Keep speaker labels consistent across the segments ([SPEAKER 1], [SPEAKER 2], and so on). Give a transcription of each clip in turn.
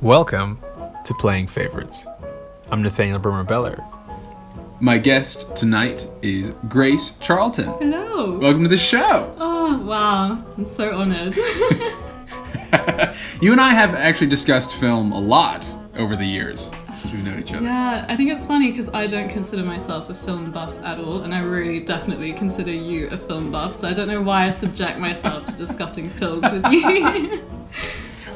[SPEAKER 1] Welcome to Playing Favorites. I'm Nathaniel Bremer Beller.
[SPEAKER 2] My guest tonight is Grace Charlton.
[SPEAKER 3] Hello.
[SPEAKER 2] Welcome to the show.
[SPEAKER 3] Oh, wow. I'm so honored.
[SPEAKER 2] you and I have actually discussed film a lot over the years since we've known each other.
[SPEAKER 3] yeah, I think it's funny because I don't consider myself a film buff at all, and I really definitely consider you a film buff, so I don't know why I subject myself to discussing films with you.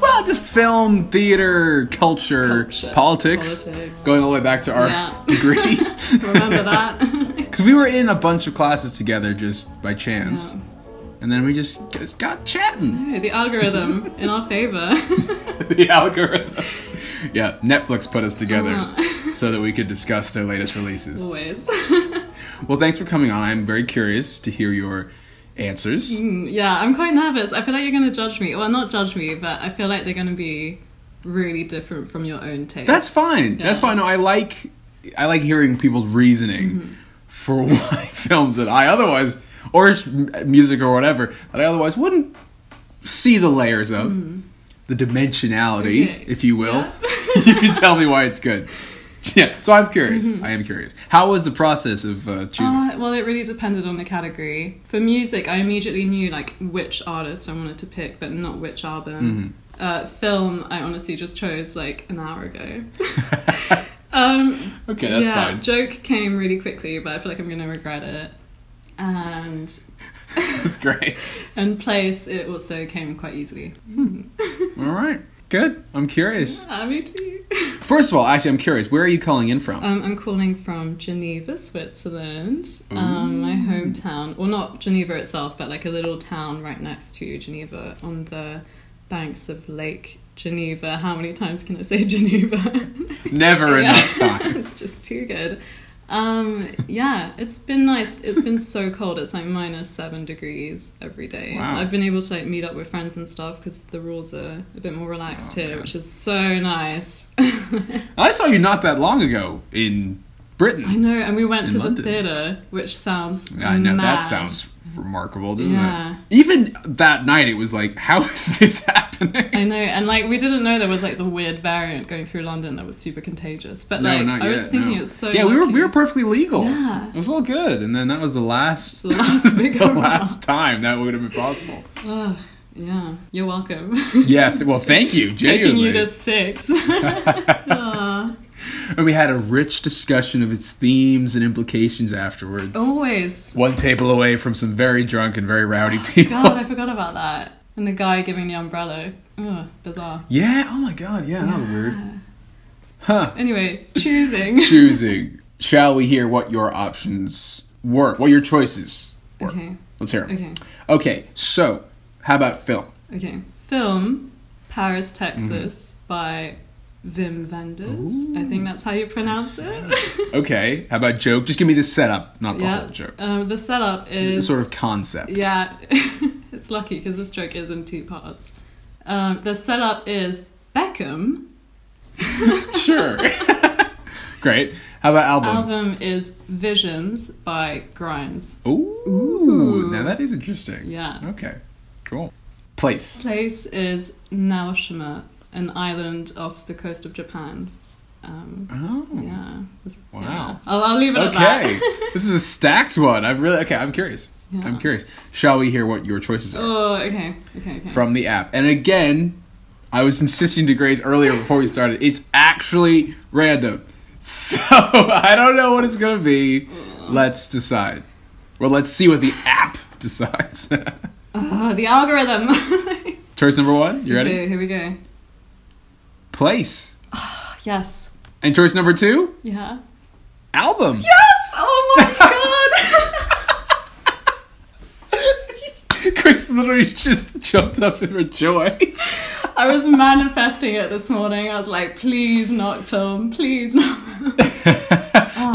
[SPEAKER 2] Well, just film, theater, culture,
[SPEAKER 3] Culture,
[SPEAKER 2] politics,
[SPEAKER 3] politics.
[SPEAKER 2] going all the way back to our
[SPEAKER 3] Yeah.
[SPEAKER 2] degrees.
[SPEAKER 3] Remember that?
[SPEAKER 2] Because we were in a bunch of classes together just by chance.
[SPEAKER 3] Yeah.
[SPEAKER 2] And then we just just got chatting.
[SPEAKER 3] Hey, the algorithm in our favor.
[SPEAKER 2] the algorithm. Yeah, Netflix put us together
[SPEAKER 3] Uh.
[SPEAKER 2] so that we could discuss their latest releases.
[SPEAKER 3] Always.
[SPEAKER 2] Well, thanks for coming on. I'm very curious to hear your answers.
[SPEAKER 3] Mm-hmm. yeah, I'm quite nervous. I feel like you're going to judge me. Well, not judge me, but I feel like they're going to be really different from your own taste.
[SPEAKER 2] That's fine. That's fine. No, I like I like hearing people's reasoning
[SPEAKER 3] Mm-hmm.
[SPEAKER 2] for why films that I otherwise or m- music or whatever that I otherwise wouldn't see the layers of the dimensionality,
[SPEAKER 3] Mm-hmm. Okay.
[SPEAKER 2] if you will.
[SPEAKER 3] Yeah. Mm-hmm.
[SPEAKER 2] you can tell me why it's good. Yeah. So I'm curious. I am curious. How was the process of uh, choosing?
[SPEAKER 3] Uh, well, it really depended on the category. For music, I immediately knew like which artist I wanted to pick, but not which album.
[SPEAKER 2] Mm-hmm.
[SPEAKER 3] Uh, film, I honestly just chose like an hour ago. um,
[SPEAKER 2] okay, that's
[SPEAKER 3] yeah,
[SPEAKER 2] fine.
[SPEAKER 3] joke came really quickly, but I feel like I'm gonna regret it. And
[SPEAKER 2] that's great.
[SPEAKER 3] and place, it also came quite easily.
[SPEAKER 2] All right. Good. I'm curious.
[SPEAKER 3] Ah, me too.
[SPEAKER 2] First of all, actually, I'm curious. Where are you calling in from?
[SPEAKER 3] Um, I'm calling from Geneva, Switzerland, um, my hometown. Well, not Geneva itself, but like a little town right next to Geneva on the banks of Lake Geneva. How many times can I say Geneva?
[SPEAKER 2] Never
[SPEAKER 3] Yeah.
[SPEAKER 2] enough time.
[SPEAKER 3] it's just too good. Um, yeah, it's been nice. It's been so cold. It's like minus seven degrees every day.
[SPEAKER 2] Wow.
[SPEAKER 3] So I've been able to like meet up with friends and stuff because the rules are a bit more relaxed
[SPEAKER 2] Oh,
[SPEAKER 3] here, which is so nice.
[SPEAKER 2] I saw you not that long ago in Britain.
[SPEAKER 3] I know, and we went
[SPEAKER 2] In
[SPEAKER 3] to
[SPEAKER 2] London.
[SPEAKER 3] the theatre, which sounds.
[SPEAKER 2] I know
[SPEAKER 3] mad.
[SPEAKER 2] that sounds remarkable, doesn't
[SPEAKER 3] Yeah.
[SPEAKER 2] it? Even that night, it was like, how is this happening?
[SPEAKER 3] I know, and like we didn't know there was like the weird variant going through London that was super contagious. But like I was thinking,
[SPEAKER 2] no.
[SPEAKER 3] it's so.
[SPEAKER 2] yeah, we were
[SPEAKER 3] lucky.
[SPEAKER 2] we were perfectly legal.
[SPEAKER 3] Yeah.
[SPEAKER 2] It was all good, and then that was the last
[SPEAKER 3] The last big
[SPEAKER 2] the
[SPEAKER 3] hurrah.
[SPEAKER 2] last time that would have been possible.
[SPEAKER 3] Ugh, yeah, you're welcome.
[SPEAKER 2] Yeah, th- well, thank you,
[SPEAKER 3] Taking you
[SPEAKER 2] genuinely.
[SPEAKER 3] to six. Aw,
[SPEAKER 2] And we had a rich discussion of its themes and implications afterwards.
[SPEAKER 3] Oh. always.
[SPEAKER 2] One table away from some very drunk and very rowdy people.
[SPEAKER 3] God, I forgot about that. And the guy giving the umbrella. Ugh, bizarre.
[SPEAKER 2] Yeah. Oh my God. Yeah. That was weird. Huh.
[SPEAKER 3] Anyway, choosing.
[SPEAKER 2] Choosing. Shall we hear what your options were? What your choices were?
[SPEAKER 3] okay,
[SPEAKER 2] Let's hear them.
[SPEAKER 3] okay.
[SPEAKER 2] Okay, So, how about film?
[SPEAKER 3] Okay. Film Paris, Texas
[SPEAKER 2] Mm-hmm.
[SPEAKER 3] by Vim Vendors. I think that's how you pronounce it.
[SPEAKER 2] Okay. How about joke? Just give me the setup, not the
[SPEAKER 3] yeah.
[SPEAKER 2] whole joke.
[SPEAKER 3] Um, the setup
[SPEAKER 2] The
[SPEAKER 3] is
[SPEAKER 2] sort of concept.
[SPEAKER 3] yeah. it's lucky because this joke is in two parts. Um, the setup is Beckham.
[SPEAKER 2] Sure. Great. How about album?
[SPEAKER 3] Album is Visions by Grimes.
[SPEAKER 2] Ooh.
[SPEAKER 3] Ooh.
[SPEAKER 2] Now that is interesting.
[SPEAKER 3] Yeah.
[SPEAKER 2] Okay. Cool. Place.
[SPEAKER 3] Place is Naoshima, an island off the coast of Japan. Um,
[SPEAKER 2] Oh.
[SPEAKER 3] yeah.
[SPEAKER 2] Wow.
[SPEAKER 3] Yeah. I'll, I'll leave it at that.
[SPEAKER 2] Okay. this is a stacked one. I'm really okay. I'm curious.
[SPEAKER 3] Yeah.
[SPEAKER 2] I'm curious. Shall we hear what your choices are?
[SPEAKER 3] Oh, okay, okay, okay.
[SPEAKER 2] from the app. And again, I was insisting to Grace earlier before we started, it's actually random. So I don't know what it's going to be. Let's decide. Well, let's see what the app decides.
[SPEAKER 3] Ah, the algorithm.
[SPEAKER 2] Choice number one, you ready?
[SPEAKER 3] Okay, here we go.
[SPEAKER 2] Place.
[SPEAKER 3] Yes.
[SPEAKER 2] And choice number two,
[SPEAKER 3] Yeah.
[SPEAKER 2] album.
[SPEAKER 3] Yes! Oh my
[SPEAKER 2] Grace literally just jumped up in her joy.
[SPEAKER 3] god! I was manifesting it this morning. I was like, please not film, please not. film.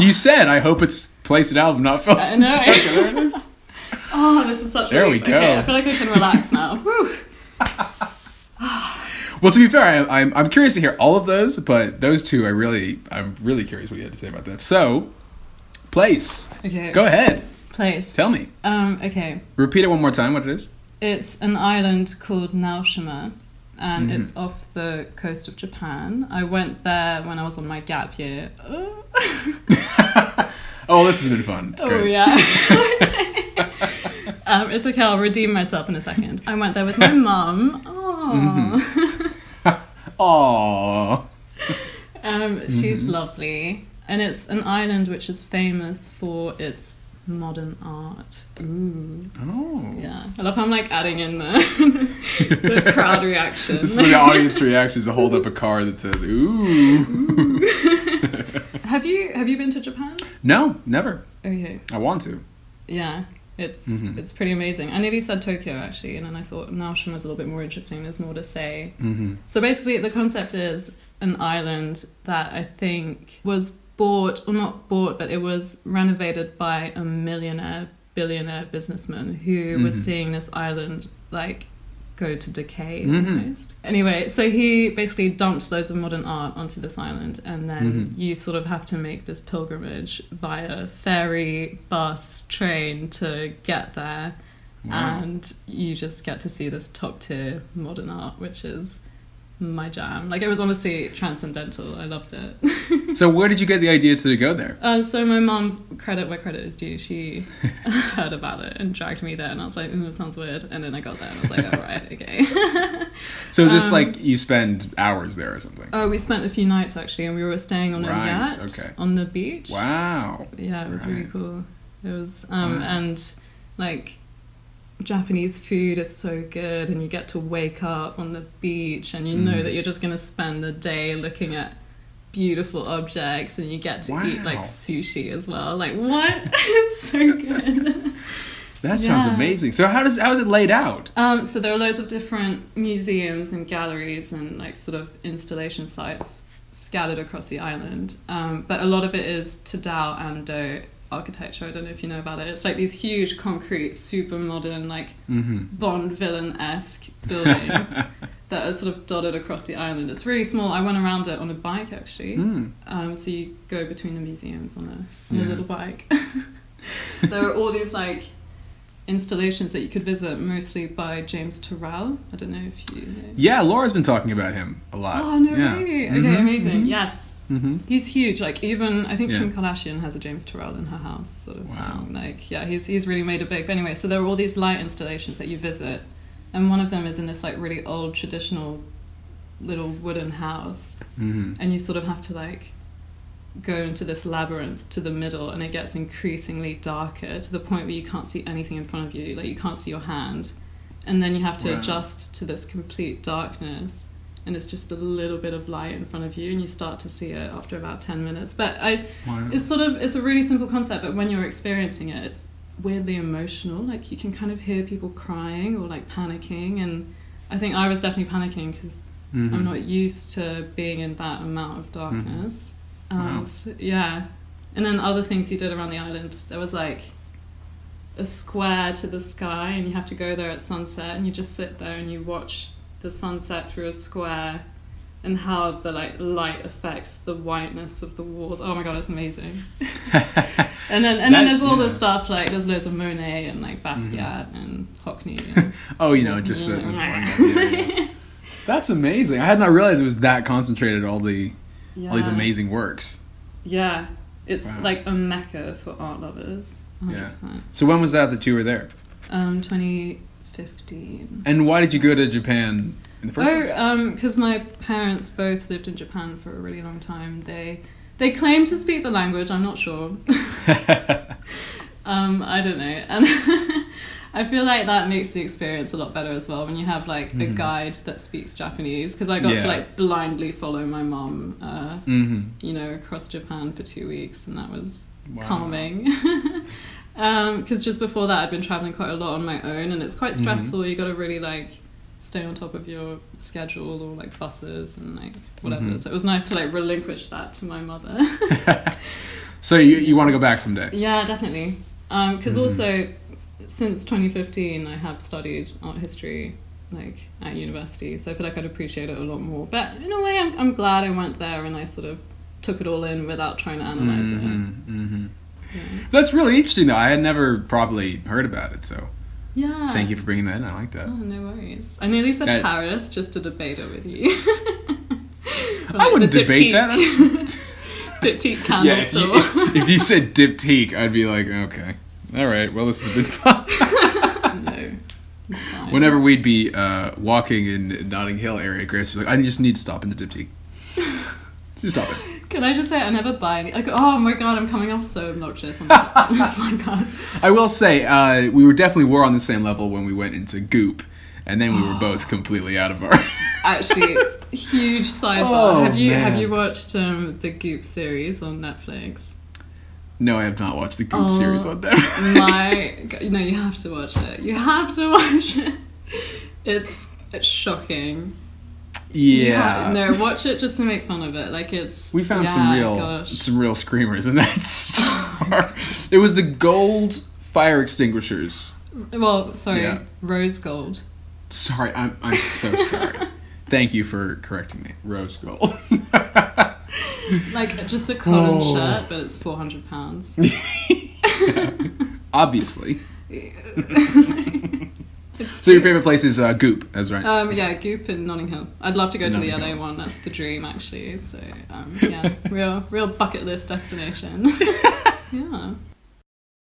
[SPEAKER 2] You said, I hope it's place and album, not film.
[SPEAKER 3] I know.
[SPEAKER 2] Okay, there it is.
[SPEAKER 3] Oh, this is such
[SPEAKER 2] There
[SPEAKER 3] a
[SPEAKER 2] we
[SPEAKER 3] relief. Okay,
[SPEAKER 2] go.
[SPEAKER 3] I feel like I can relax now. Whew.
[SPEAKER 2] Well, to be fair, I, I'm I'm curious to hear all of those, but those two, I really I'm really curious what you had to say about that. So, place,
[SPEAKER 3] Okay.
[SPEAKER 2] go ahead,
[SPEAKER 3] Place.
[SPEAKER 2] tell me,
[SPEAKER 3] Um, okay.
[SPEAKER 2] repeat it one more time, what it is.
[SPEAKER 3] It's an island called Naoshima. and
[SPEAKER 2] Mm-hmm.
[SPEAKER 3] it's off the coast of Japan. I went there when I was on my gap year. Oh,
[SPEAKER 2] Oh, this has been fun. Great.
[SPEAKER 3] yeah. um, it's okay, I'll redeem myself in a second. I went there with my mum.
[SPEAKER 2] Mm-hmm.
[SPEAKER 3] Oh.
[SPEAKER 2] Aww.
[SPEAKER 3] Um,
[SPEAKER 2] Mm-hmm.
[SPEAKER 3] she's lovely. And it's an island which is famous for its modern art. Ooh.
[SPEAKER 2] Oh.
[SPEAKER 3] Yeah. I love how I'm like adding in the, the crowd reaction.
[SPEAKER 2] This is the audience reaction is to hold up a card that says, ooh.
[SPEAKER 3] have you have you been to Japan?
[SPEAKER 2] no, never.
[SPEAKER 3] Okay.
[SPEAKER 2] I want to.
[SPEAKER 3] Yeah. It's
[SPEAKER 2] Mm-hmm.
[SPEAKER 3] it's pretty amazing. I nearly said Tokyo actually, and then I thought Naoshin was a little bit more interesting. There's more to say.
[SPEAKER 2] Mm-hmm.
[SPEAKER 3] So basically, the concept is an island that I think was bought, or not bought, but it was renovated by a millionaire, billionaire businessman who was seeing this island like go to decay
[SPEAKER 2] Mhm.
[SPEAKER 3] almost. Anyway, so he basically dumped loads of modern art onto this island, and then you sort of have to make this pilgrimage via ferry, bus, train to get there.
[SPEAKER 2] Wow.
[SPEAKER 3] And you just get to see this top tier modern art, which is my jam. Like it was honestly transcendental. I loved it.
[SPEAKER 2] So, where did you get the idea to go there?
[SPEAKER 3] Um, so my mom, credit where credit is due, she heard about it and dragged me there, and I was like, "Ooh, that sounds weird." And then I got there, and I was like, "All right, okay."
[SPEAKER 2] So,
[SPEAKER 3] um,
[SPEAKER 2] just like you spend hours there or something.
[SPEAKER 3] oh, we spent a few nights actually, and we were staying on
[SPEAKER 2] Right,
[SPEAKER 3] a yacht
[SPEAKER 2] okay.
[SPEAKER 3] on the beach.
[SPEAKER 2] wow.
[SPEAKER 3] Yeah, it was really
[SPEAKER 2] Right.
[SPEAKER 3] cool. It was, um,
[SPEAKER 2] Wow.
[SPEAKER 3] and like Japanese food is so good, and you get to wake up on the beach, and you know
[SPEAKER 2] Mm.
[SPEAKER 3] that you're just gonna spend the day looking at beautiful objects, and you get to eat like
[SPEAKER 2] Wow.
[SPEAKER 3] sushi as well. Like what? it's so good.
[SPEAKER 2] That sounds
[SPEAKER 3] Yeah.
[SPEAKER 2] amazing. So, how does how is it laid out?
[SPEAKER 3] um, so there are loads of different museums and galleries and like sort of installation sites scattered across the island, um, but a lot of it is Tadao and Do architecture. I don't know if you know about it. It's like these huge concrete, super modern, like
[SPEAKER 2] Mm-hmm.
[SPEAKER 3] Bond villain esque buildings that are sort of dotted across the island. It's really small. I went around it on a bike actually.
[SPEAKER 2] Mm.
[SPEAKER 3] Um, so you go between the museums on a, on
[SPEAKER 2] Yeah.
[SPEAKER 3] a little bike. there are all these like installations that you could visit, mostly by James Terrell. I don't know if you know.
[SPEAKER 2] Yeah, Laura's been talking about him a lot.
[SPEAKER 3] Oh no
[SPEAKER 2] Uh, yeah.
[SPEAKER 3] way! Okay, amazing. Yes,
[SPEAKER 2] Mm-hmm.
[SPEAKER 3] he's huge. Like even I think
[SPEAKER 2] Yeah.
[SPEAKER 3] Kim Kardashian has a James Terrell in her house, sort of
[SPEAKER 2] Wow.
[SPEAKER 3] thing. Like yeah, he's he's really made it big. But anyway, so there are all these light installations that you visit, and one of them is in this like really old traditional little wooden house,
[SPEAKER 2] Mm-hmm.
[SPEAKER 3] and you sort of have to like go into this labyrinth to the middle and it gets increasingly darker to the point where you can't see anything in front of you like you can't see your hand and then you have to
[SPEAKER 2] Wow.
[SPEAKER 3] adjust to this complete darkness and it's just a little bit of light in front of you and you start to see it after about 10 minutes but i
[SPEAKER 2] Wow.
[SPEAKER 3] it's sort of it's a really simple concept but when you're experiencing it it's weirdly emotional like you can kind of hear people crying or like panicking and i think i was definitely panicking because
[SPEAKER 2] Mhm.
[SPEAKER 3] I'm not used to being in that amount of darkness. Um,
[SPEAKER 2] Mm-hmm. Wow.
[SPEAKER 3] so- yeah. And then other things you did around the island. There was like a square to the sky, and you have to go there at sunset, and you just sit there and you watch the sunset through a square and how the like light affects the whiteness of the walls. Oh my god, it's amazing. and then and
[SPEAKER 2] That-
[SPEAKER 3] then there's all
[SPEAKER 2] yeah.
[SPEAKER 3] this stuff like there's loads of Monet and like Basquiat and Hockney. And,
[SPEAKER 2] Oh, you know, just the, the boring idea, yeah. That's amazing. I had not realized it was that concentrated. All the all these
[SPEAKER 3] Yeah.
[SPEAKER 2] amazing works.
[SPEAKER 3] Yeah, it's
[SPEAKER 2] Wow.
[SPEAKER 3] like a mecca for art lovers. 100%.
[SPEAKER 2] So when was that that you were there?
[SPEAKER 3] Um, 2015.
[SPEAKER 2] And why did you go to Japan in the first place?
[SPEAKER 3] Oh, because my parents both lived in Japan for a really long time. They they claim to speak the language. I'm not sure. um, I don't know. And I feel like that makes the experience a lot better as well when you have like a guide that speaks Japanese. Because I got to
[SPEAKER 2] Mm-hmm. Yeah.
[SPEAKER 3] like blindly follow my mom, uh,
[SPEAKER 2] Mm-hmm.
[SPEAKER 3] you know, across Japan for two weeks, and that was
[SPEAKER 2] Wow.
[SPEAKER 3] calming. Because just before that, I'd been traveling quite a lot on my own, and it's
[SPEAKER 2] Mm-hmm.
[SPEAKER 3] quite stressful. You got to really like stay on top of your schedule or like buses and like whatever.
[SPEAKER 2] Mhm.
[SPEAKER 3] So it was nice to like relinquish that to my mother.
[SPEAKER 2] So you you want to go back someday?
[SPEAKER 3] yeah, definitely.
[SPEAKER 2] Mm-hmm.
[SPEAKER 3] Because Um, also, since 2015, I have studied art history like at university, so I feel like I'd appreciate it a lot more. But in a way, I'm I'm glad I went there and I sort of took it all in without trying to analyze it.
[SPEAKER 2] Mm-hmm. That's really interesting, though. I had never probably heard about it. So
[SPEAKER 3] Yeah.
[SPEAKER 2] Thank you for bringing that in. I like that.
[SPEAKER 3] Oh, no worries. I nearly said
[SPEAKER 2] That-
[SPEAKER 3] Paris just to debate it with you.
[SPEAKER 2] I wouldn't debate that.
[SPEAKER 3] Diptyque candle
[SPEAKER 2] yeah, if
[SPEAKER 3] store.
[SPEAKER 2] you, if, if you said diptyque, I'd be like, okay, all right. Well, this has been fun.
[SPEAKER 3] no. it's fine.
[SPEAKER 2] Whenever we'd be uh, walking in Notting Hill area, Grace was like, I just need to stop in the diptyque. Just stop it.
[SPEAKER 3] Can I just say I never buy any? Like, oh my god, I'm coming off so obnoxious on this podcast.
[SPEAKER 2] I will say, uh, we were definitely were on the same level when we went into Goop, and then we were both completely out of our.
[SPEAKER 3] Actually, huge sidebar.
[SPEAKER 2] Oh,
[SPEAKER 3] have you have
[SPEAKER 2] man.
[SPEAKER 3] you watched um, the Goop series on Netflix?
[SPEAKER 2] no, I have not watched the Goop
[SPEAKER 3] Oh,
[SPEAKER 2] series on Netflix.
[SPEAKER 3] My no, you have to watch it. You have to watch it. It's, it's shocking. You
[SPEAKER 2] yeah.
[SPEAKER 3] ha- no, watch it just to make fun of it. Like it's
[SPEAKER 2] We found some
[SPEAKER 3] yeah,
[SPEAKER 2] real
[SPEAKER 3] gosh.
[SPEAKER 2] some real screamers in that store. it was the gold fire extinguishers.
[SPEAKER 3] Well, sorry,
[SPEAKER 2] Yeah.
[SPEAKER 3] rose gold.
[SPEAKER 2] Sorry, I'm I'm so sorry. Thank you for correcting me. Rose gold.
[SPEAKER 3] Like just a cotton
[SPEAKER 2] Oh.
[SPEAKER 3] shirt, but it's four hundred pounds.
[SPEAKER 2] Obviously. so your favorite place is uh, Goop, that's right.
[SPEAKER 3] Um, yeah, Goop and Notting Hill. I'd love to go to the
[SPEAKER 2] Notting
[SPEAKER 3] LA
[SPEAKER 2] Hill.
[SPEAKER 3] one. That's the dream, actually. So um, yeah, real, real bucket list destination. yeah.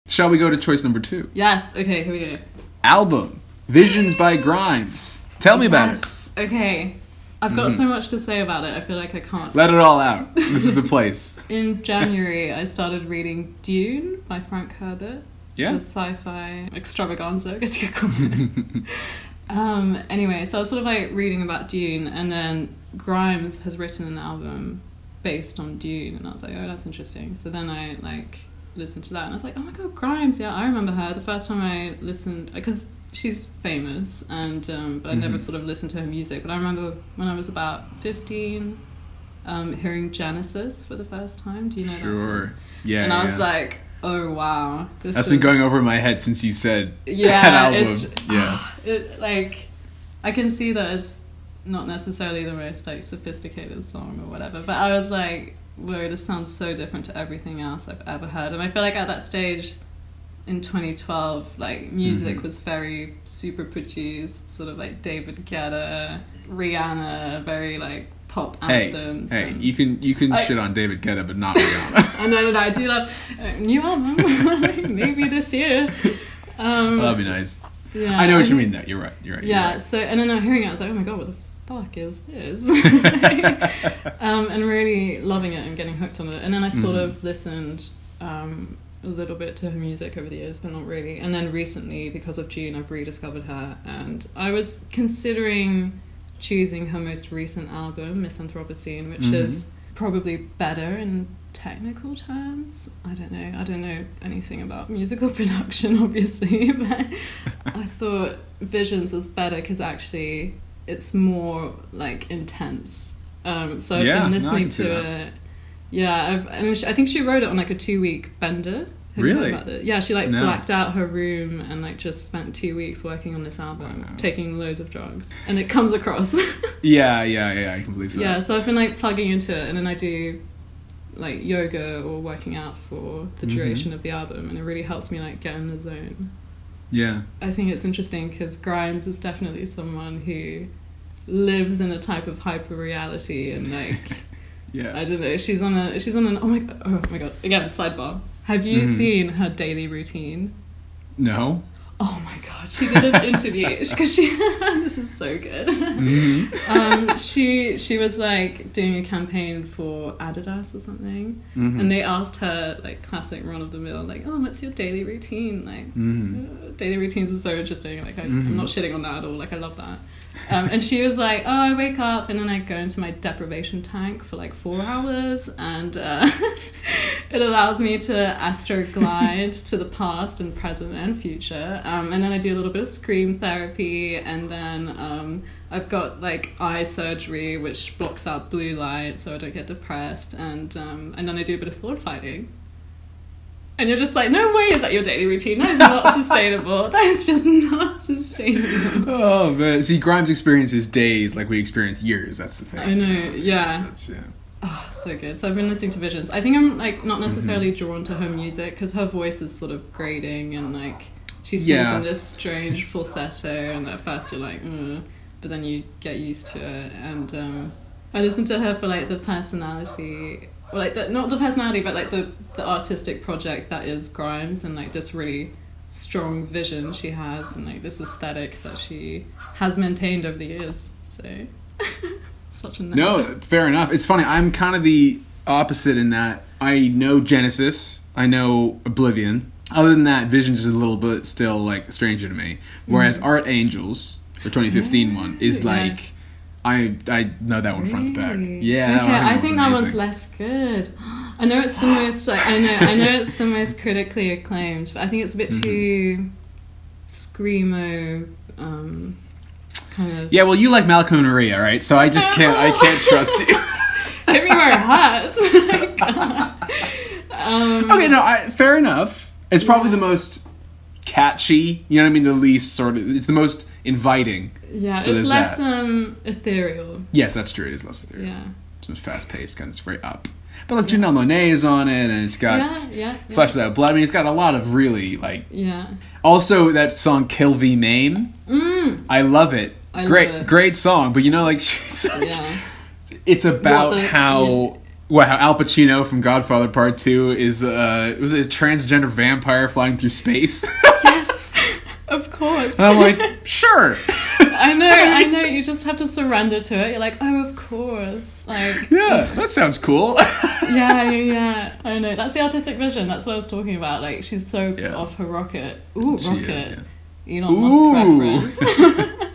[SPEAKER 2] Shall we go to choice number two?
[SPEAKER 3] Yes. Okay. Here we go.
[SPEAKER 2] Album Visions by Grimes. Tell me about it. Mm-hmm.
[SPEAKER 3] yes. Okay. I've got so much to say about it. I feel like I can't.
[SPEAKER 2] Let it all out. This is the place.
[SPEAKER 3] In January, I started reading Dune by Frank Herbert.
[SPEAKER 2] Yeah.
[SPEAKER 3] The sci-fi extravaganza, I guess you could call it. um, anyway, so I was sort of like reading about Dune, and then Grimes has written an album based on Dune, and I was like, oh, that's interesting. So then I like listened to that, and I was like, oh my god, Grimes! Yeah, I remember her. The first time I listened, because she's famous, and um,
[SPEAKER 2] Mm-hmm.
[SPEAKER 3] but I never sort of listened to her music. But I remember when I was about fifteen. Um, hearing Genesis for the first time. Do you know that song?
[SPEAKER 2] Sure. Yeah.
[SPEAKER 3] and I was
[SPEAKER 2] yeah.
[SPEAKER 3] like, oh wow, this
[SPEAKER 2] That's been going
[SPEAKER 3] is-
[SPEAKER 2] over my head since you said
[SPEAKER 3] Yeah,
[SPEAKER 2] that album.
[SPEAKER 3] it's-
[SPEAKER 2] yeah.
[SPEAKER 3] It, like, I can see that it's not necessarily the most like sophisticated song or whatever, but I was like, whoa, this sounds so different to everything else I've ever heard, and I feel like at that stage. In 2012, like music
[SPEAKER 2] Mm-hmm.
[SPEAKER 3] was very super produced, sort of like David Guetta, Rihanna, very like pop
[SPEAKER 2] Hey,
[SPEAKER 3] anthems.
[SPEAKER 2] hey,
[SPEAKER 3] and-
[SPEAKER 2] you can you can
[SPEAKER 3] I-
[SPEAKER 2] shit on David Guetta, but not Rihanna.
[SPEAKER 3] I know that I do love uh, new album maybe this year. Um,
[SPEAKER 2] That'd be nice.
[SPEAKER 3] yeah,
[SPEAKER 2] I know what you
[SPEAKER 3] and-
[SPEAKER 2] mean, though. You're right. You're right. you're
[SPEAKER 3] Yeah.
[SPEAKER 2] right.
[SPEAKER 3] So and then I'm hearing it, I was like, oh my god, what the fuck is this? um, and really loving it and getting hooked on it. And then I sort of listened um, a little bit to her music over the years, but not really. And then recently, because of June, I've rediscovered her, and I was considering choosing her most recent album, Misanthropocene, which is probably better in technical terms. I don't know. I don't know anything about musical production, obviously, but I thought Visions was better because actually it's more like intense. Um, so I've
[SPEAKER 2] Yeah, no, I
[SPEAKER 3] been
[SPEAKER 2] can
[SPEAKER 3] listening
[SPEAKER 2] see
[SPEAKER 3] to
[SPEAKER 2] that.
[SPEAKER 3] it. Yeah, I've, and she, I think she wrote it on like a two week bender. Have you heard
[SPEAKER 2] Really?
[SPEAKER 3] about this? Yeah, she like
[SPEAKER 2] No.
[SPEAKER 3] blacked out her room and like just spent two weeks working on this album,
[SPEAKER 2] Wow.
[SPEAKER 3] taking loads of drugs, and it comes across.
[SPEAKER 2] Yeah, yeah, yeah. I can believe that.
[SPEAKER 3] yeah so i've been like plugging into it and then i do like yoga or working out for
[SPEAKER 2] Mm-hmm.
[SPEAKER 3] the duration of the album and it really helps me like get in the zone
[SPEAKER 2] Yeah.
[SPEAKER 3] i think it's interesting because grimes is definitely someone who lives in a type of hyper reality and like
[SPEAKER 2] Yeah.
[SPEAKER 3] i don't know she's on a she's on an oh my god oh my god again sidebar have you seen her daily routine
[SPEAKER 2] no.
[SPEAKER 3] Oh my god, she did an interview because she. this is so good.
[SPEAKER 2] Mm-hmm.
[SPEAKER 3] um, she she was like doing a campaign for Adidas or something, and they asked her like classic run of the mill like, oh, what's your daily routine like? uh, daily routines are so interesting. Like I, I'm not shitting on that at all. Like I love that. Um, and she was like, "Oh, I wake up and then I go into my deprivation tank for like four hours, and uh, it allows me to astro glide to the past and present and future. Um, and then I do a little bit of scream therapy, and then um, I've got like eye surgery, which blocks out blue light, so I don't get depressed. And um, and then I do a bit of sword fighting." And you're just like, no way is that your daily routine. That is not sustainable. That is just not sustainable.
[SPEAKER 2] Oh man. See, Grimes experiences days like we experience years. That's the thing.
[SPEAKER 3] I know, yeah.
[SPEAKER 2] That's yeah.
[SPEAKER 3] Oh, so good. So I've been listening to Visions.
[SPEAKER 2] Mhm.
[SPEAKER 3] I think I'm like not necessarily drawn to her music because her voice is sort of grating and like She sings
[SPEAKER 2] Yeah.
[SPEAKER 3] in this strange falsetto, and at first you're like, mm, but then you get used to it. And um, I listened to her for like the personality, well, like the, not the personality, but like the the artistic project that is Grimes, and like this really strong vision she has, and like this aesthetic that she has maintained over the years. So such a nerd.
[SPEAKER 2] No, fair enough. It's funny. I'm kind of the opposite in that I know Genesis, I know Oblivion. Other than that, Vision's just a little bit still like stranger to me. Whereas Art Angels, the 2015 one, is
[SPEAKER 3] Mm-hmm. Yeah.
[SPEAKER 2] like I I know that one front to back.
[SPEAKER 3] Really?
[SPEAKER 2] Yeah.
[SPEAKER 3] Okay, I think that one's
[SPEAKER 2] amazing.
[SPEAKER 3] less good. I know it's the most. Like, I know. I know it's the most critically acclaimed, but I think it's a bit
[SPEAKER 2] Mm-hmm.
[SPEAKER 3] too screamo. Um, kind of.
[SPEAKER 2] Yeah, well, you like Malcolm and Maria, right? So I just can't I can't trust you.
[SPEAKER 3] Everywhere it hurts. um,
[SPEAKER 2] Okay, no, I, fair enough. It's probably the most catchy. You know what I mean? The least sort of. It's the most inviting.
[SPEAKER 3] yeah,
[SPEAKER 2] So
[SPEAKER 3] it's
[SPEAKER 2] there's
[SPEAKER 3] less
[SPEAKER 2] that.
[SPEAKER 3] um ethereal.
[SPEAKER 2] Yes, that's true. It is less ethereal.
[SPEAKER 3] Yeah.
[SPEAKER 2] It's fast paced, kind of it's very up. But like Janelle Monet is on it, and it's got
[SPEAKER 3] Yeah, yeah, yeah.
[SPEAKER 2] Flesh Without Blood. I mean, it's got a lot of really like.
[SPEAKER 3] Yeah.
[SPEAKER 2] Also, that song Kill V Name,
[SPEAKER 3] Mm,
[SPEAKER 2] I love it.
[SPEAKER 3] I love
[SPEAKER 2] great,
[SPEAKER 3] it.
[SPEAKER 2] great song. But you know, like she's like,
[SPEAKER 3] yeah.
[SPEAKER 2] it's about
[SPEAKER 3] What the-
[SPEAKER 2] how. Well, how Al Pacino from Godfather Part Two is uh was it a transgender vampire flying through space?
[SPEAKER 3] Yes. Of course.
[SPEAKER 2] and I'm like, sure.
[SPEAKER 3] I know, I know. You just have to surrender to it. You're like, oh, of course. Like,
[SPEAKER 2] Yeah, that sounds cool.
[SPEAKER 3] yeah, yeah, yeah. I know. That's the artistic vision. That's what I was talking about. Like, she's so
[SPEAKER 2] Yeah.
[SPEAKER 3] off her rocket. Ooh,
[SPEAKER 2] She is,
[SPEAKER 3] rocket. Elon
[SPEAKER 2] Ooh.
[SPEAKER 3] Musk reference.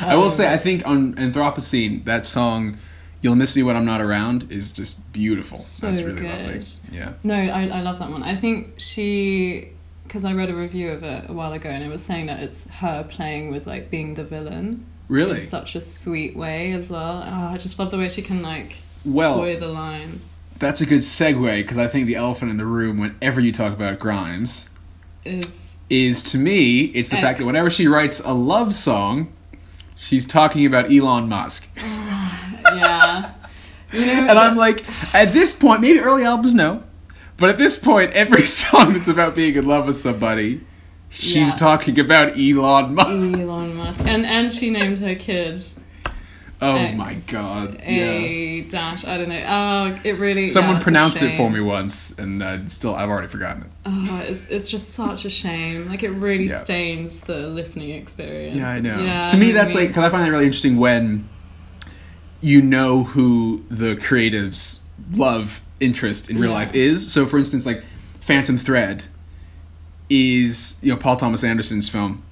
[SPEAKER 2] I
[SPEAKER 3] Um,
[SPEAKER 2] will say, I think on Anthropocene, that song "You'll Miss Me When I'm Not Around" is just beautiful.
[SPEAKER 3] So
[SPEAKER 2] That's really
[SPEAKER 3] good.
[SPEAKER 2] lovely. Yeah.
[SPEAKER 3] No, I, I love that one. I think she, because I read a review of it a while ago, and it was saying that it's her playing with like being the villain
[SPEAKER 2] Really?
[SPEAKER 3] in such a sweet way as well. Oh, I just love the way she can like toy
[SPEAKER 2] Well,
[SPEAKER 3] the line.
[SPEAKER 2] that's a good segue because I think the elephant in the room, whenever you talk about Grimes,
[SPEAKER 3] Is
[SPEAKER 2] is to me, it's the fact
[SPEAKER 3] Ex.
[SPEAKER 2] that whenever she writes a love song, she's talking about Elon Musk.
[SPEAKER 3] yeah. You know,
[SPEAKER 2] And I'm like, at this point, maybe early albums, no. But at this point, every song that's about being in love with somebody, she's
[SPEAKER 3] Yeah.
[SPEAKER 2] talking about Elon Musk.
[SPEAKER 3] Elon Musk. And and she named her kid.
[SPEAKER 2] Oh my god. Yeah.
[SPEAKER 3] A dash. I don't know. Oh, it really.
[SPEAKER 2] Someone
[SPEAKER 3] yeah, it's a
[SPEAKER 2] pronounced it for
[SPEAKER 3] shame.
[SPEAKER 2] me once, and uh, still I've already forgotten it.
[SPEAKER 3] Oh, it's it's just such a shame. Like it really
[SPEAKER 2] Yeah.
[SPEAKER 3] stains the listening experience.
[SPEAKER 2] Yeah, I know.
[SPEAKER 3] Yeah,
[SPEAKER 2] to
[SPEAKER 3] I
[SPEAKER 2] me,
[SPEAKER 3] know what
[SPEAKER 2] that's
[SPEAKER 3] you
[SPEAKER 2] like
[SPEAKER 3] mean.
[SPEAKER 2] because I find that really interesting when you know who the creative's love interest in real
[SPEAKER 3] Yeah.
[SPEAKER 2] life is. So, for instance, like Phantom Thread is you know Paul Thomas Anderson's film.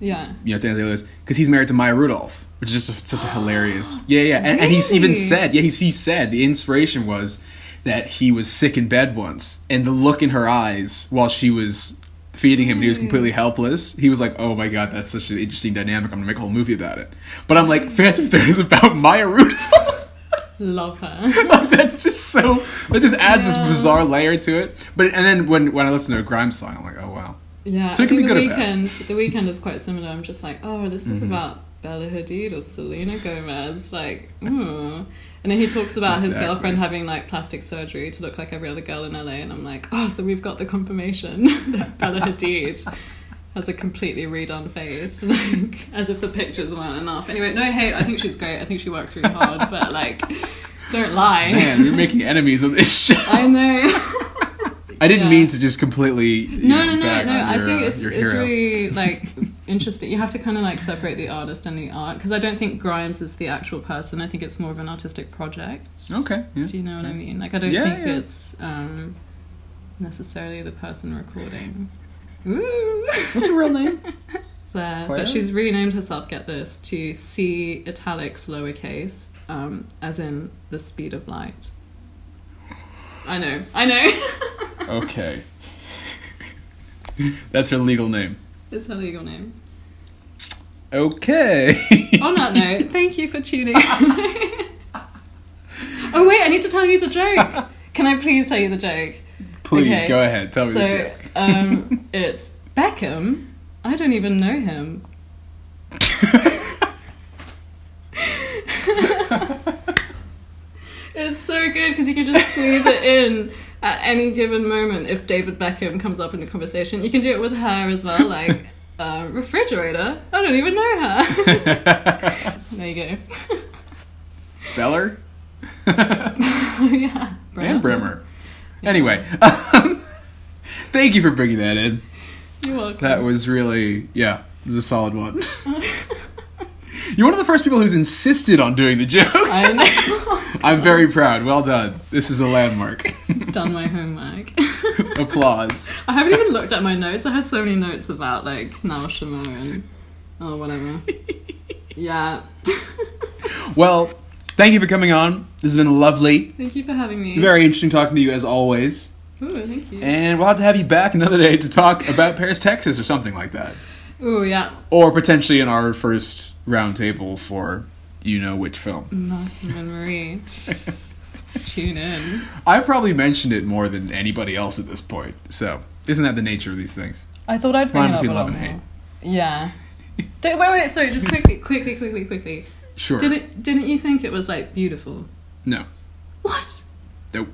[SPEAKER 3] yeah.
[SPEAKER 2] You know, Daniel Lewis because he's married to Maya Rudolph, which is just a, such a hilarious. Yeah, yeah, and, and he's even
[SPEAKER 3] Really?
[SPEAKER 2] said, yeah, he's, he said the inspiration was that he was sick in bed once, and the look in her eyes while she was feeding him and he was completely helpless. He was like, "Oh my god, that's such an interesting dynamic. I'm gonna make a whole movie about it." But I'm like, Phantom Thread is about Maya Rudolph.
[SPEAKER 3] Love her.
[SPEAKER 2] Like, that's just so. That just adds
[SPEAKER 3] Yeah.
[SPEAKER 2] this bizarre layer to it. But and then when when I listen to a Grimes song, I'm like, "Oh wow."
[SPEAKER 3] Yeah.
[SPEAKER 2] So it
[SPEAKER 3] I
[SPEAKER 2] can be
[SPEAKER 3] think the
[SPEAKER 2] good Mm-hmm. or bad.
[SPEAKER 3] weekend. The weekend is quite similar. I'm just like, oh, this is about Bella Hadid or Selena Gomez. Like, hmm. And then he talks about his
[SPEAKER 2] Exactly.
[SPEAKER 3] girlfriend having like plastic surgery to look like every other girl in LA, and I'm like, oh, so we've got the confirmation that Bella Hadid has a completely redone face, like as if the pictures weren't enough. Anyway, no hate. I think she's great. I think she works really hard, but like, don't lie.
[SPEAKER 2] Man, you're making enemies on this show.
[SPEAKER 3] I know.
[SPEAKER 2] I didn't
[SPEAKER 3] Yeah.
[SPEAKER 2] mean to just completely. You
[SPEAKER 3] no,
[SPEAKER 2] know,
[SPEAKER 3] no, no,
[SPEAKER 2] bag
[SPEAKER 3] no.
[SPEAKER 2] on
[SPEAKER 3] I
[SPEAKER 2] your,
[SPEAKER 3] think
[SPEAKER 2] uh,
[SPEAKER 3] it's
[SPEAKER 2] your
[SPEAKER 3] it's
[SPEAKER 2] hero.
[SPEAKER 3] really like interesting. You have to kind of like separate the artist and the art because I don't think Grimes is the actual person. I think it's more of an artistic project.
[SPEAKER 2] okay. Yeah.
[SPEAKER 3] Do you know what I mean? Like I don't
[SPEAKER 2] Yeah,
[SPEAKER 3] think
[SPEAKER 2] yeah.
[SPEAKER 3] it's um, necessarily the person recording. Ooh.
[SPEAKER 2] What's her real name?
[SPEAKER 3] There.
[SPEAKER 2] Clara?
[SPEAKER 3] But she's renamed herself. Get this to C italics lowercase, um, as in the speed of light. I know. I know.
[SPEAKER 2] okay. That's her legal name.
[SPEAKER 3] it's her legal name.
[SPEAKER 2] Okay.
[SPEAKER 3] On that note, thank you for tuning in. oh, wait, I need to tell you the joke. Can I please tell you the joke?
[SPEAKER 2] Please
[SPEAKER 3] Okay.
[SPEAKER 2] go ahead. Tell me
[SPEAKER 3] so,
[SPEAKER 2] the joke.
[SPEAKER 3] um, it's Beckham. I don't even know him. it's so good because you can just squeeze it in. at any given moment, if David Beckham comes up in a conversation, you can do it with her as well. Like, uh, refrigerator? I don't even know her. there you go.
[SPEAKER 2] Beller
[SPEAKER 3] yeah.
[SPEAKER 2] and
[SPEAKER 3] Brenna,
[SPEAKER 2] Bremer. Anyway, um, thank you for bringing that in.
[SPEAKER 3] You're welcome.
[SPEAKER 2] That was really, yeah, it was a solid one.
[SPEAKER 3] Oh,
[SPEAKER 2] You're one of the first people who's insisted on doing the joke.
[SPEAKER 3] I know.
[SPEAKER 2] I'm very proud. Well done. This is a landmark.
[SPEAKER 3] Done my homework.
[SPEAKER 2] Applause.
[SPEAKER 3] I haven't even looked at my notes. I had so many notes about like Naoshima and oh whatever. yeah.
[SPEAKER 2] Well, thank you for coming on. This has been lovely.
[SPEAKER 3] thank you for having me.
[SPEAKER 2] Very interesting talking to you as always.
[SPEAKER 3] Ooh, thank you.
[SPEAKER 2] And we'll have to have you back another day to talk about Paris, Texas or something like that.
[SPEAKER 3] Ooh, yeah.
[SPEAKER 2] Or potentially in our first roundtable for you know which film.
[SPEAKER 3] Malcolm and Marie. Tune in.
[SPEAKER 2] I probably mentioned it more than anybody else at this point. So, isn't that the nature of these things?
[SPEAKER 3] I thought I'd
[SPEAKER 2] Line it up between a lot love and more. hate.
[SPEAKER 3] Yeah. Don't, wait, wait, sorry. Just quickly, quickly, quickly, quickly.
[SPEAKER 2] Sure.
[SPEAKER 3] Did it? Didn't you think it was like beautiful?
[SPEAKER 2] No.
[SPEAKER 3] What?
[SPEAKER 2] Nope.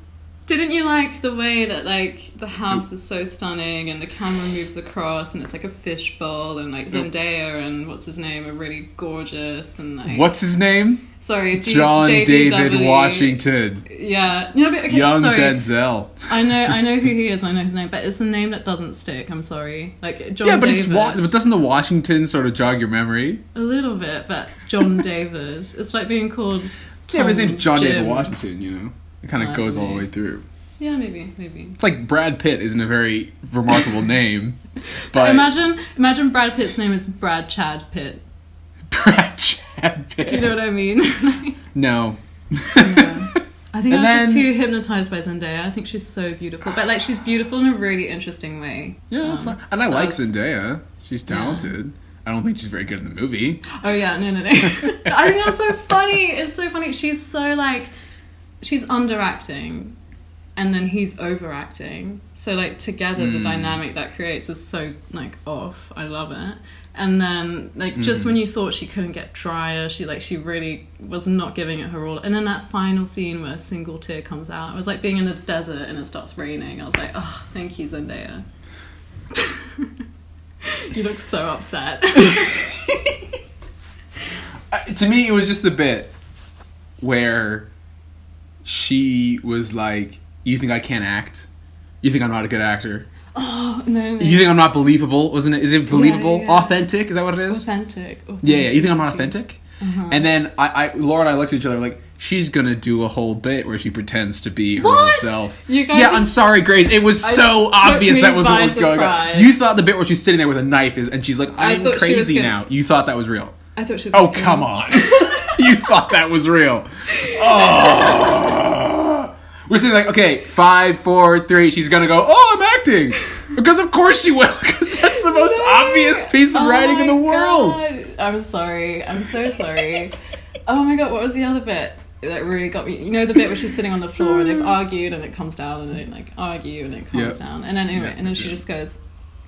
[SPEAKER 3] Didn't you like the way that like
[SPEAKER 2] Mm.
[SPEAKER 3] the house is so stunning and the camera moves across and it's like a fishbowl and like
[SPEAKER 2] Nope.
[SPEAKER 3] Zendaya and what's his name are really gorgeous and like
[SPEAKER 2] What's his name?
[SPEAKER 3] sorry G-
[SPEAKER 2] John David
[SPEAKER 3] JDW.
[SPEAKER 2] Washington.
[SPEAKER 3] yeah no but okay
[SPEAKER 2] Young
[SPEAKER 3] E. sorry
[SPEAKER 2] Denzel.
[SPEAKER 3] I know I know who he is I know his name but it's the name that doesn't stick I'm sorry like John
[SPEAKER 2] yeah, but
[SPEAKER 3] David
[SPEAKER 2] it's wa- but doesn't the Washington sort of jog your memory?
[SPEAKER 3] a little bit but John David it's like being called
[SPEAKER 2] yeah, but his
[SPEAKER 3] Tom
[SPEAKER 2] name's John
[SPEAKER 3] Jim.
[SPEAKER 2] David Washington. You know, it kind
[SPEAKER 3] Oh,
[SPEAKER 2] of goes all the
[SPEAKER 3] okay.
[SPEAKER 2] way through.
[SPEAKER 3] yeah maybe maybe
[SPEAKER 2] It's like Brad Pitt isn't a very remarkable name,
[SPEAKER 3] but
[SPEAKER 2] but
[SPEAKER 3] imagine imagine Brad Pitt's name is Brad Chad Pitt
[SPEAKER 2] Brad Chad Pitt.
[SPEAKER 3] do you know what I mean.
[SPEAKER 2] no.
[SPEAKER 3] I think
[SPEAKER 2] And
[SPEAKER 3] I was just
[SPEAKER 2] then-
[SPEAKER 3] too hypnotized by Zendaya. I think she's so beautiful, but like she's beautiful in a really interesting way.
[SPEAKER 2] yeah, that's
[SPEAKER 3] Um,
[SPEAKER 2] fine. And I
[SPEAKER 3] so
[SPEAKER 2] like
[SPEAKER 3] was-
[SPEAKER 2] Zendaya. She's talented. I don't think she's very good in the movie.
[SPEAKER 3] Oh yeah, no, no, no. I think that's so funny. It's so funny. She's so like, she's underacting, and then he's overacting. So like together, the dynamic that creates is so like off. I love it. And then like just when you thought she couldn't get drier, she like she really was not giving it her all. And then that final scene where a single tear comes out, it was like being in a desert and it starts raining. I was like, oh, thank you, Zendaya. you look so upset.
[SPEAKER 2] Uh, to me, it was just the bit where she was like, "You think I can't act? You think I'm not a good actor?
[SPEAKER 3] oh no, no, no.
[SPEAKER 2] You think I'm not believable? Wasn't it? Is it believable?
[SPEAKER 3] yeah, yeah.
[SPEAKER 2] Authentic? Is that what it is?
[SPEAKER 3] authentic. Uh-huh.
[SPEAKER 2] Yeah, yeah. You think I'm not authentic? And then I, I, Laura and I looked at each other like she's gonna do a whole bit where she pretends to be her own
[SPEAKER 3] What?
[SPEAKER 2] self.
[SPEAKER 3] You guys-
[SPEAKER 2] yeah, I'm sorry, Grace. It was so
[SPEAKER 3] took
[SPEAKER 2] obvious
[SPEAKER 3] me
[SPEAKER 2] that was what
[SPEAKER 3] by
[SPEAKER 2] was going on.
[SPEAKER 3] surprise.
[SPEAKER 2] You thought the bit where she's sitting there with a knife is, and she's like,
[SPEAKER 3] I
[SPEAKER 2] "I'm
[SPEAKER 3] thought she was
[SPEAKER 2] crazy
[SPEAKER 3] gonna-
[SPEAKER 2] now." You thought that was real.
[SPEAKER 3] I thought she was.
[SPEAKER 2] Oh
[SPEAKER 3] like,
[SPEAKER 2] come on! you thought that was real? Oh. We're sitting like, okay, five, four, three. She's gonna go. Oh, I'm acting because of course she will. Because that's the most
[SPEAKER 3] No.
[SPEAKER 2] obvious piece of
[SPEAKER 3] Oh
[SPEAKER 2] writing in
[SPEAKER 3] my
[SPEAKER 2] the world.
[SPEAKER 3] God. I'm sorry. I'm so sorry. oh my god, what was the other bit that really got me? You know the bit where she's sitting on the floor and they've argued and it comes down and they like argue and it calms
[SPEAKER 2] Mm. Yeah.
[SPEAKER 3] down and then anyway
[SPEAKER 2] Yeah,
[SPEAKER 3] and then she
[SPEAKER 2] yeah.
[SPEAKER 3] just goes,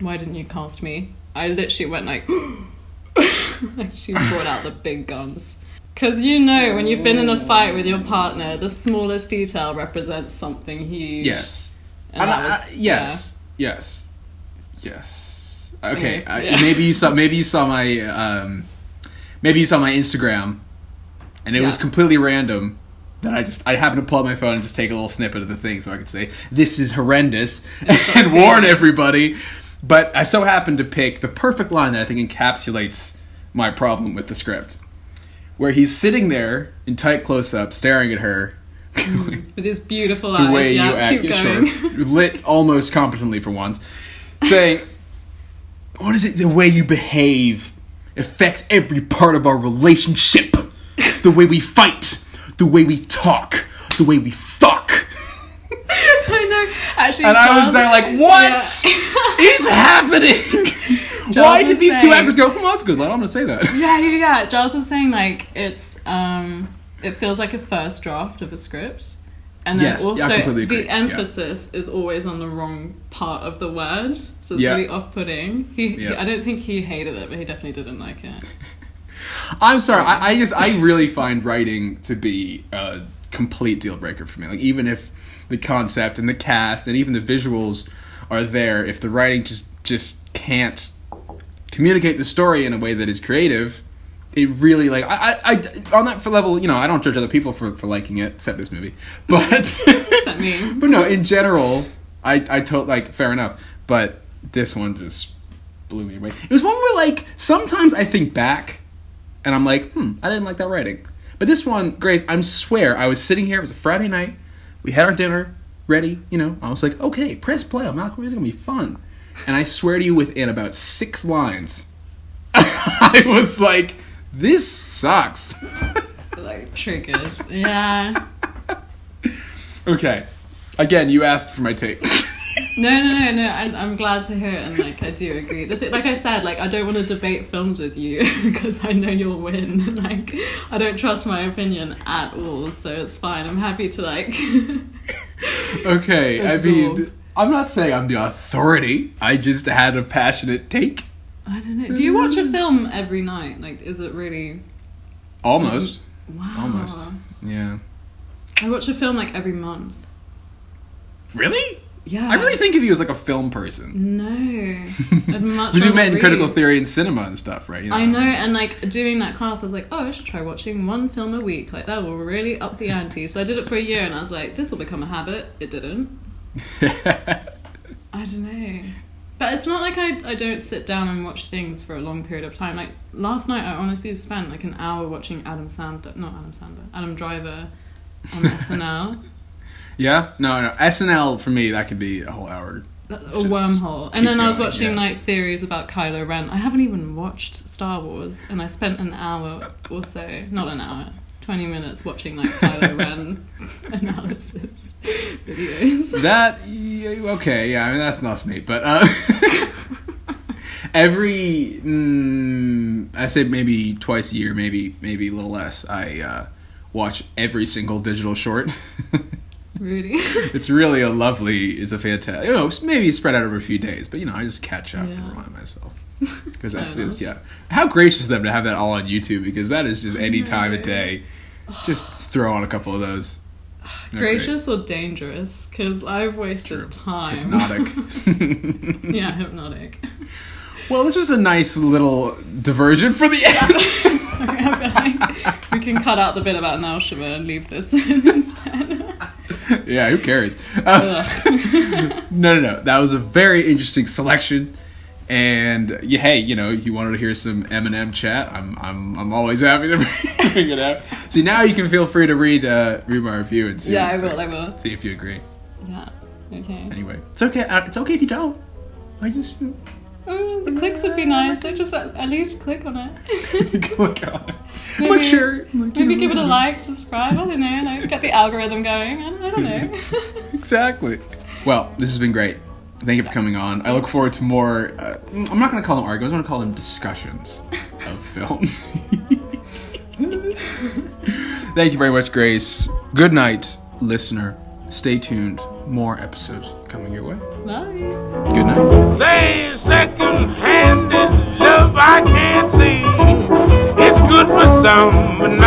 [SPEAKER 3] "Why didn't you cast me?" I literally went like, like she brought out the big guns. Because you know, when you've been in a fight with your partner, the smallest detail represents something huge.
[SPEAKER 2] Yes.
[SPEAKER 3] And
[SPEAKER 2] And
[SPEAKER 3] that
[SPEAKER 2] I-
[SPEAKER 3] was-
[SPEAKER 2] I- yes. Yes. Yes. Okay.
[SPEAKER 3] Anyway,
[SPEAKER 2] I-
[SPEAKER 3] yeah.
[SPEAKER 2] maybe you saw. Maybe you saw my. Um, maybe you saw my Instagram, and it
[SPEAKER 3] Yeah.
[SPEAKER 2] was completely random. That I just I happened to pull out my phone and just take a little snippet of the thing so I could say this is horrendous and warn everybody. But I so happened to pick the perfect line that I think encapsulates my problem with the script, where he's sitting there in tight close up, staring at her,
[SPEAKER 3] With his beautiful
[SPEAKER 2] the
[SPEAKER 3] eyes.
[SPEAKER 2] way
[SPEAKER 3] yeah,
[SPEAKER 2] you act
[SPEAKER 3] keep
[SPEAKER 2] sure,
[SPEAKER 3] going.
[SPEAKER 2] lit almost competently for once saying what is it the way you behave affects every part of our relationship the way we fight the way we talk the way we fuck
[SPEAKER 3] I know. Actually,
[SPEAKER 2] and i was
[SPEAKER 3] Charles-
[SPEAKER 2] there like what is
[SPEAKER 3] Yeah.
[SPEAKER 2] happening why
[SPEAKER 3] was
[SPEAKER 2] did these two
[SPEAKER 3] saying-
[SPEAKER 2] actors go well that's a good line i'm gonna say that
[SPEAKER 3] yeah, yeah, yeah. Giles was saying like it's um, it feels like a first draft of a script, and then
[SPEAKER 2] Yes, yeah, I
[SPEAKER 3] also
[SPEAKER 2] completely agree,
[SPEAKER 3] the
[SPEAKER 2] yeah.
[SPEAKER 3] emphasis is always on the wrong part of the word, so it's
[SPEAKER 2] Yeah.
[SPEAKER 3] really off-putting. He, he-
[SPEAKER 2] Yeah.
[SPEAKER 3] I don't think he hated it, but he definitely didn't like it.
[SPEAKER 2] I'm sorry. I, I just I really find writing to be a complete deal breaker for me. Like even if the concept and the cast and even the visuals are there, if the writing just just can't communicate the story in a way that is creative, it really like I I, I on that level, you know, I don't judge other people for for liking it except this movie, but
[SPEAKER 3] that mean?
[SPEAKER 2] but no, in general, I I told like fair enough, but this one just blew me away. It was one where like sometimes I think back and I'm like, hmm, I didn't like that writing. But this one, Grace, I am swear, I was sitting here. It was a Friday night. We had our dinner ready. You know, I was like, okay, press play on Malcolm. It's gonna be fun. And I swear to you, within about six lines, I was like, this sucks.
[SPEAKER 3] Like triggered. Yeah.
[SPEAKER 2] okay, again, you asked for my take.
[SPEAKER 3] No, no, no, no. I, I'm glad to hear it, and like I do agree. The th- like I said, like I don't want to debate films with you because I know you'll win. Like I don't trust my opinion at all, so it's fine. I'm happy to like.
[SPEAKER 2] okay, I
[SPEAKER 3] Absorb.
[SPEAKER 2] mean, I'm not saying I'm the authority. I just had a passionate take.
[SPEAKER 3] I don't know. Do you watch a film every night? Like, is it really?
[SPEAKER 2] Almost.
[SPEAKER 3] Wow.
[SPEAKER 2] Almost. Yeah.
[SPEAKER 3] I watch a film like every month.
[SPEAKER 2] Really?
[SPEAKER 3] Yeah.
[SPEAKER 2] I really think of you as like a film person.
[SPEAKER 3] No. I'd much
[SPEAKER 2] you do
[SPEAKER 3] rather
[SPEAKER 2] men in critical
[SPEAKER 3] read.
[SPEAKER 2] theory and cinema and stuff, right? You
[SPEAKER 3] I know, and like doing that class, I was like, oh, I should try watching one film a week. Like that will really up the ante. So I did it for a year, and I was like, this will become a habit. It didn't. I don't know. But it's not like I, I don't sit down and watch things for a long period of time. Like last night, I honestly spent like an hour watching Adam Sandler, not Adam Sandler, Adam Driver on SNL.
[SPEAKER 2] yeah. No, no. SNL for me that could be a whole hour.
[SPEAKER 3] That- A
[SPEAKER 2] Just
[SPEAKER 3] wormhole.
[SPEAKER 2] keep
[SPEAKER 3] And then I was
[SPEAKER 2] going,
[SPEAKER 3] watching
[SPEAKER 2] yeah.
[SPEAKER 3] like theories about Kylo Ren. I haven't even watched Star Wars, and I spent an hour or so, not an hour, 20 minutes watching like Kylo Ren analysis videos.
[SPEAKER 2] That yeah, okay, yeah. I mean that's not me, but uh, every mm, I say maybe twice a year, maybe maybe a little less. I uh, watch every single digital short.
[SPEAKER 3] Really?
[SPEAKER 2] it's really a lovely. It's a fantastic. You know, it's maybe spread out over a few days, but you know, I just catch up
[SPEAKER 3] Yeah.
[SPEAKER 2] and remind myself. Because that's
[SPEAKER 3] Fair
[SPEAKER 2] it's, yeah. How gracious of them to have that all on YouTube because that is just any time of
[SPEAKER 3] know.
[SPEAKER 2] day. Just throw on a couple of those. They're great.
[SPEAKER 3] Gracious or dangerous? Because I've wasted
[SPEAKER 2] True.
[SPEAKER 3] time.
[SPEAKER 2] Hypnotic.
[SPEAKER 3] yeah, hypnotic.
[SPEAKER 2] Well, this was a nice little diversion for the end.
[SPEAKER 3] Sorry, I feel like we can cut out the bit about Naoshima and leave this in instead.
[SPEAKER 2] yeah, who cares? Uh,
[SPEAKER 3] Ugh.
[SPEAKER 2] no, no, no. That was a very interesting selection. And yeah, hey, you know, if you wanted to hear some Eminem chat, I'm, I'm, I'm always happy to bring it out. See, now you can feel free to read, uh, read my review and see.
[SPEAKER 3] yeah, I
[SPEAKER 2] if,
[SPEAKER 3] will, I will.
[SPEAKER 2] See if you agree.
[SPEAKER 3] Yeah, okay.
[SPEAKER 2] Anyway, it's okay. uh, It's okay if you don't. I just
[SPEAKER 3] Oh, the clicks would be nice. Like, just uh, at, at least click on it.
[SPEAKER 2] click on it.
[SPEAKER 3] Maybe-
[SPEAKER 2] Look, sure. like, you
[SPEAKER 3] Maybe
[SPEAKER 2] know,
[SPEAKER 3] give it a
[SPEAKER 2] whatever.
[SPEAKER 3] like, subscribe. I don't know. Like, get the algorithm going. I, I don't know.
[SPEAKER 2] Exactly. Well, this has been great. Thank you for coming on. I look forward to more. Uh, I'm not going to call them arguments. I'm going to call them discussions of film. Thank you very much, Grace. Good night, listener. Stay tuned. More episodes coming your way.
[SPEAKER 3] Bye.
[SPEAKER 2] Good night.
[SPEAKER 4] Say second-handed love I can't see. It's good for some, but not.